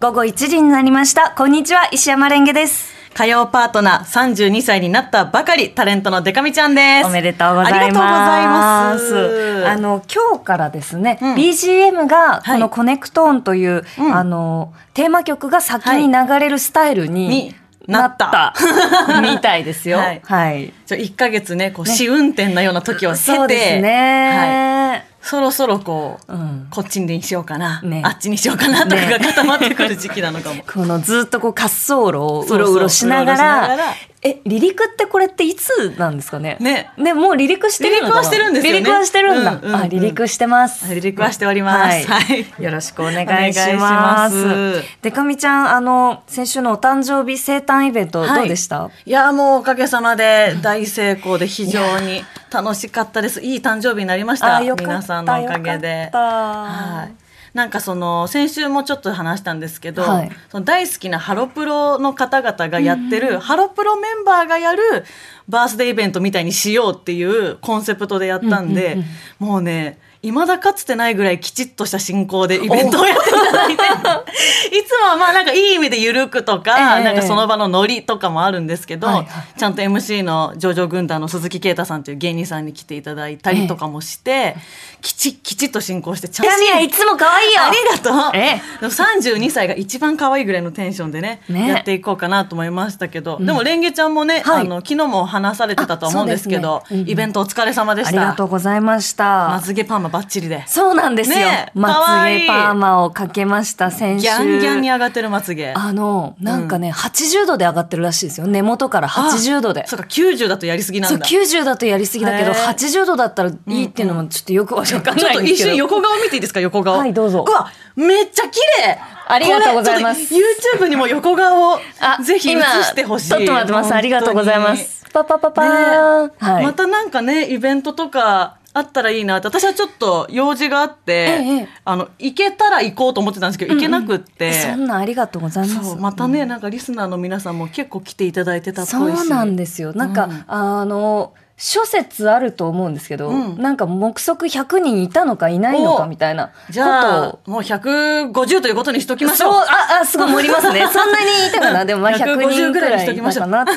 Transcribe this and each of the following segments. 午後1時になりました。こんにちは、石山レンゲです。火曜パートナー32歳になったばかりタレントのデカミちゃんですおめでとうござあいりがまとうす。ございますあの、今日からですね、うん BGM が、こはのいコネクトーンという、うんあの、テーマ曲が先に流れるスタイルに、にななっったた。 みたいですよ。ははいい。はい、ちょ1か月ねこう試運転のような時を経てそうですはいね。そろそろこう、うんこっちにしようかな、ねあっちにしようかなとかねが固まってくる時期な のかも、このずっとこう滑走路をそううそろううろしながらうろうろしながらえ離陸ってこれっていつなんですかねねねもう離陸してるのかな離陸はしてるんですよ離ね陸はしてるんだ、うんうんうんあ離陸してます離陸はしておりまはすいはいよろしくお願いしおま願いすしますでかみちゃんあの先週のお誕生日生誕イベントはいどうでした、いやもうおかげさまで大成功で非常に楽しかったですいい誕生日になりましたあよかった皆さんのおかげでよかったはいなんかその先週もちょっと話したんですけど、はいその大好きなハロプロの方々がやってる、ハロプロメンバーがやるバースデーイベントみたいにしようっていうコンセプトでやったんで、もうね未だかつてないぐらいきちっとした進行でイベントをやっていただいていつもはまあなんかいい意味で緩くとか、ええなんかその場のノリとかもあるんですけど、はいはいちゃんと MC の上場軍団の鈴木啓太さんという芸人さんに来ていただいたりとかもして、きちきちっと進行してちゃんかみはいつも可愛いよありがとう、えでも32歳が一番可愛いぐらいのテンションでねねやっていこうかなと思いましたけど、でもレンゲちゃんもね、はいあの昨日も話されてたと思うんですけあどそうですねうんうんイベントお疲れ様であしりたがとうございましたまつげパーマバッチリでそうなんですよ、ねえ可まつ愛げいパーマをかけました先週ギャンギャンに上がってるまつげあの、なんかね、80度で上がってるらしいですよ。根元から80度で。そうか90だとやりすぎなそうんだ90だとやりすぎだけど、へー80度だったらいいっていうのもちょっとよくわかんないんですちょけっど。と一瞬横顔見ていいですか横顔はいどうぞわめっちゃ綺麗ありがとうございますこれちょっと YouTube にも横顔をあぜひ映今してほしいちょっと待ってます。ありがとうございま本当にす。パパパパーン、はい。またなんかねイベントとかあったらいいなって私はちょっと用事があって、ええあの行けたら行こうと思ってたんですけど、行けなくってそんなんありがとうございます。そうまたね、なんかリスナーの皆さんも結構来ていただいてたっぽいしそうなんですよ。なんか、うんあの、諸説あると思うんですけど、うんなんか目測100人いたのかいないのかおみたいなことじゃをあもう150ということにしときましょうそう、あ、あ、すごい盛り ますね。そんなにいたかな、でも、まあ、100 150人くぐららいいにいしときまたしょかうなって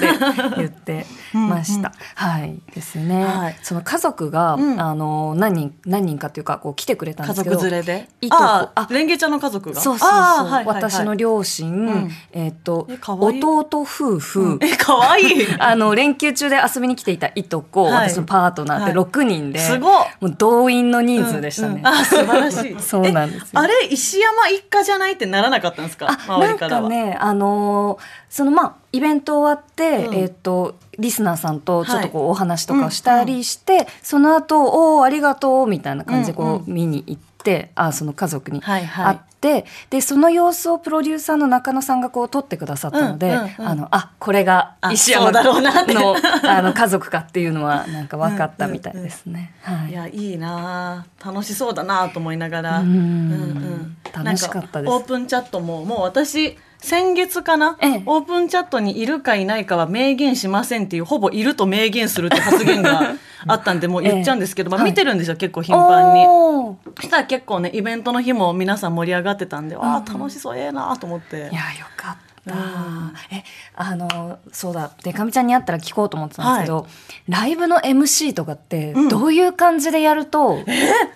言ってました。はい、ですね、はいその家族が、うんあの、何人、何人かというか、こう来てくれたん家ですけ族ど。連れでいいとこあああレンゲちゃんの家族がそうそうそう、あーはいはいはい私の両親、んえっとえかわいい弟夫婦、え可愛いあの連休中で遊びに来ていたいとこ、はい私のパートナーっはてい6人で、すごっもう動員の人数でしたね、うんうんあ素晴らしい そうなんですよえあれ石山一家じゃないってならなかったんですかあ周なりんからかはねあのーそのまあイベント終わって、うんえっ、とリスナーさんとちょっとこう、お話とうかんしたりして、その後おおーありがとうみたいな感じでこう、うんうん見に行ってあその家族にはいは会いって、でその様子をプロデューサーの中野さんがこう撮ってくださったので、うんうんうんあのあこれがあ石山そうだろうなってのあの家族かっていうのはなんか分かったみたいですね。はいいやいいなあ楽しそうだなあと思いながらうんうん楽しかったですなんオープンチャットももう私先月かな、ええオープンチャットにいるかいないかは明言しませんっていうほぼいると明言するって発言があった んでもう言っちゃうんですけど、まあ、はい見てるんですよ、結構頻繁に。おーそしたら結構ねイベントの日も皆さん盛り上がってたんで、ああ楽しそうええなあと思っていやよかった、うんえあのそうだでかみちゃんに会ったら聞こうと思ってたんですけど、ライブの MC とかってうんどういう感じでやると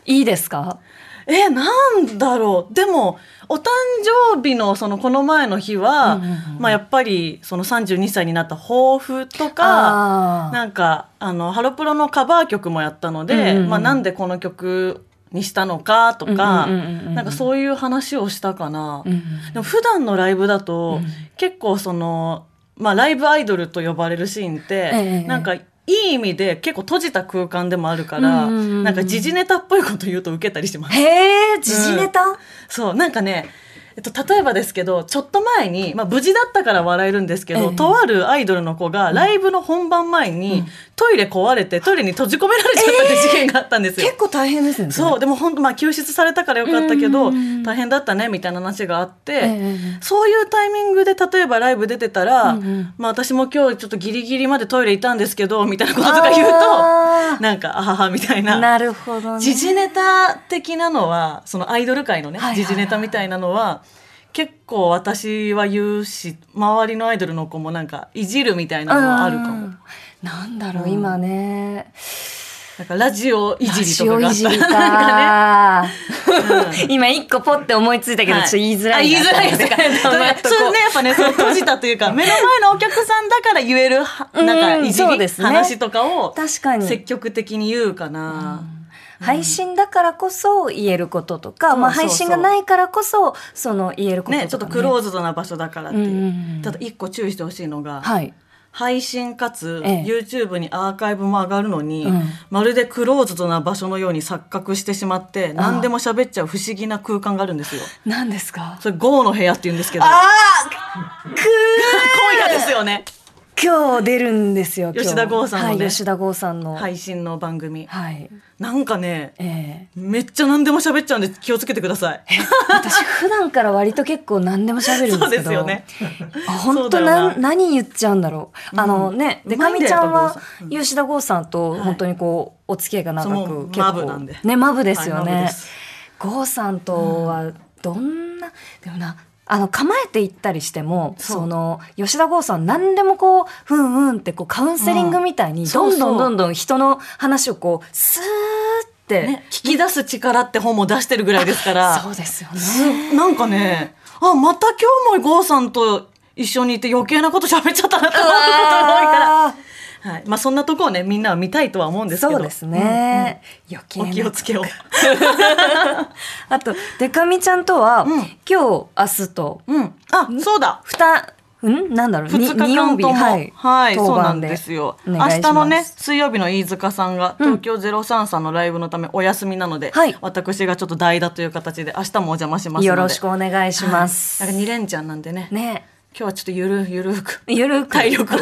いいですか、えなんだろうでもお誕生日のそのこの前の日は、うんうんうんまあ、やっぱりその32歳になった抱負とかあーなんかあのハロプロのカバー曲もやったので、うんうんうんまあ、なんでこの曲にしたのかとか、うんうんうんうんうんなんかそういう話をしたかな。うんうんでも普段のライブだと、うん結構その、まあ、ライブアイドルと呼ばれるシーンって、ええなんかいい意味で結構閉じた空間でもあるから、うんうんうんうんなんか時事ネタっぽいこと言うと受けたりします。へえ時事ネタ、そうなんかねえっと、例えばですけどちょっと前に、まあ、無事だったから笑えるんですけど、ええとあるアイドルの子がライブの本番前に、トイレ壊れてトイレに閉じ込められちゃったって事件があったんですよ。 結構大変ですよねそううでも本当まあ救出されたからよかったけうどんうんうん大変だったねみたいな話があって、ええそういうタイミングで例えばライブ出てたら、うんうんまあ私も今日ちょっとギリギリまでトイレいたんですけどみたいなこととか言うあーとなんかあははみたいな。なるほどね時事ネタ的なのはそのアイドル界のねはいはいはい時事ネタみたいなのは結構私は言うし周りのアイドルの子もなんかいじるみたいなのはあるかも。なんだろう、うん今ね。なんかラジオいじりとかがあラっジオいじりたか。なんかね。今一個ポって思いついたけど、はいちょっと言いづらいな。あ言いづらいですか。それ黙っとこうそれね、やっぱね、その閉じたというか、目の前のお客さんだから言えるは、うんなんか、いじそうり、ですね話とかを、確かに。積極的に言うかな。配信だからこそ言えることとか、そうまあ、そうそう配信がないからこそその言えることとか、ね、ちょっとクローズドな場所だからってうんういんうんう。ただ、一個注意してほしいのが、はい配信かつ、ええ YouTube にアーカイブも上がるのに、うんまるでクローズドな場所のように錯覚してしまって、何でも喋っちゃう不思議な空間があるんですよ。何ですかそれ、GO の部屋って言うんですけど、今あーく夜ですよね。今日出るんですよ今日吉田剛さんのねはい、吉田剛さんの配信の番組。はいなんかね、ええめっちゃ何でも喋っちゃうんで気をつけてください。私普段から割と結構何でも喋るんですけどそうですあ本当そうだよななん何言っちゃうんだろう、あのねでうまかいんみだよちゃんは多分吉田剛さんとい本当にこうお付き合いが長そうもうく結構マブなんでねマブですよはいマブねです剛さんとはどんな、でもなあの構えていったりしてもそそうの吉田剛さん何でもこうふんうんってこうカウンセリングみたいにうんどんどそんうそうどんどん人の話をこうスーって、ね、聞き出す力って本も出してるぐらいですから。そうですよね。すなんかね、あ、また今日も郷さんと一緒にいて余計なこと喋っちゃったなって思うことが多いから。はい。まあそんなとこをね、みんなは見たいとは思うんですけど。 そうですね、余計うん。おな気をつけよう。あとでかみちゃんとは、うん今日明日とうん。あ、そうだ。ふたんなんだろう2日に間とも、はい、はい、当そうな番んですよ。お明願いします日のね、水曜日の飯塚さんがうん東京ゼロ三さんのライブのためお休みなので、はい私がちょっと代打という形で明日もお邪魔しますので、よろしくお願いします、なんか二連チャンなんでね、今ね日はちょっとゆるゆるく。ゆるく体力を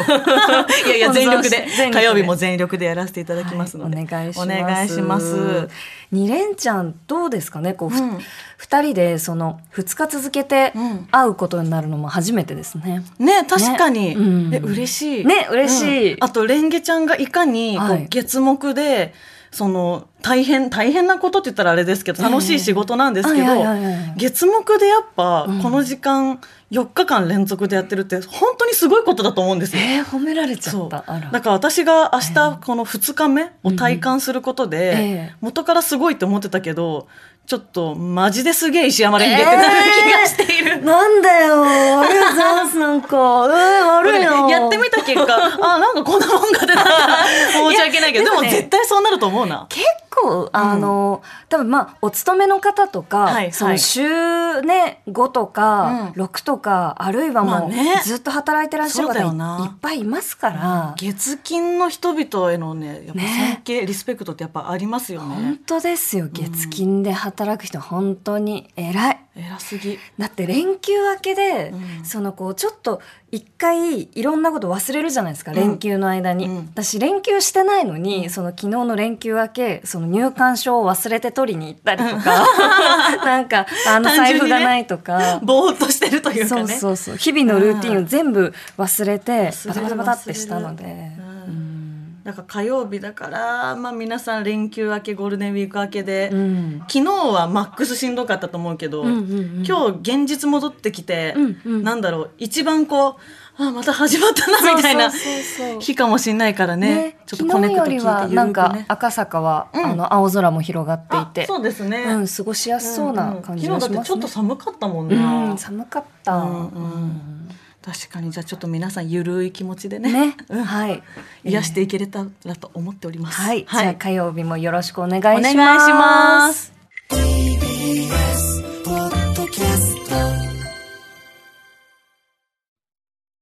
いやいや温存して全力で全力で火曜日も全力でやらせていただきますので、はいお願いしおます願いします二連ちゃんどうですかねこう、ふうん二人でその二日続けてうん会うことになるのも初めてですね、ね確かに、ねうんえ嬉しいね嬉しいうんあとレンゲちゃんがいかにこうはい月目で、その大変大変なことって言ったらあれですけど楽しい仕事なんですけええど、はいはいはいはい月目でやっぱうんこの時間4日間連続でやってるって本当にすごいことだと思うんですよ。えー、褒められちゃそっうたあらだから私が明日この2日目を体感することで、うんええ元からすごいって思ってたけどちょっとマジですげえ石山レンゲってなる気がしている。なんだよありがとうございますなんか うん悪いなやってみた結果、あ、なんかこんなもんが出たから、申し 訳ないけいやど、ででももね絶対そうなると思うな。結構あの、多分まあお勤めの方とか、はいそはのい週ね5とかう6とか、あるいはまあもうねずっと働いてらっしゃるそうだよ方いなっぱいいますから、月金の人々へのね、やっぱね尊敬、リスペクトってやっぱありますよ本ね。当ですよ月金で働く人本当に偉い。偉すぎ。だって連休明けで、うんそのこうちょっと一回いろんなこと忘れるじゃないですか、ん連休の間に、うん私連休してないのに、その昨日の連休明けその入館証を忘れて取りに行ったりとか なんかあの単純財に布ねがないと か、ぼーっとしてるというかそうね。そうそう日々のルーティンを全部忘れて忘バタれるバタバタってしたので、うんなんか火曜日だから、まあ皆さん連休明け、ゴールデンウィーク明けで、うん昨日はマックスしんどかったと思うけど、うんうんうん今日現実戻ってきて、うんうんなんだろう一番こうあまた始まったなみたいなそうそうそうそう日かもしれないからねね、ちょっとコ昨ネ日クよト聞いりてゆはるなんくかね赤坂は、うんあの青空も広がっていてあそうですね、うん、過ごしやすそうな感じがしますうんうね。ん昨日だってちょっと寒かったもんうな、ん、寒かった。うんうん確かにじゃあちょっと皆さんゆるい気持ちでねね、うんはい。癒していけれたらと思っております、はい、じゃあ火曜日もよろしくお願いしお願いします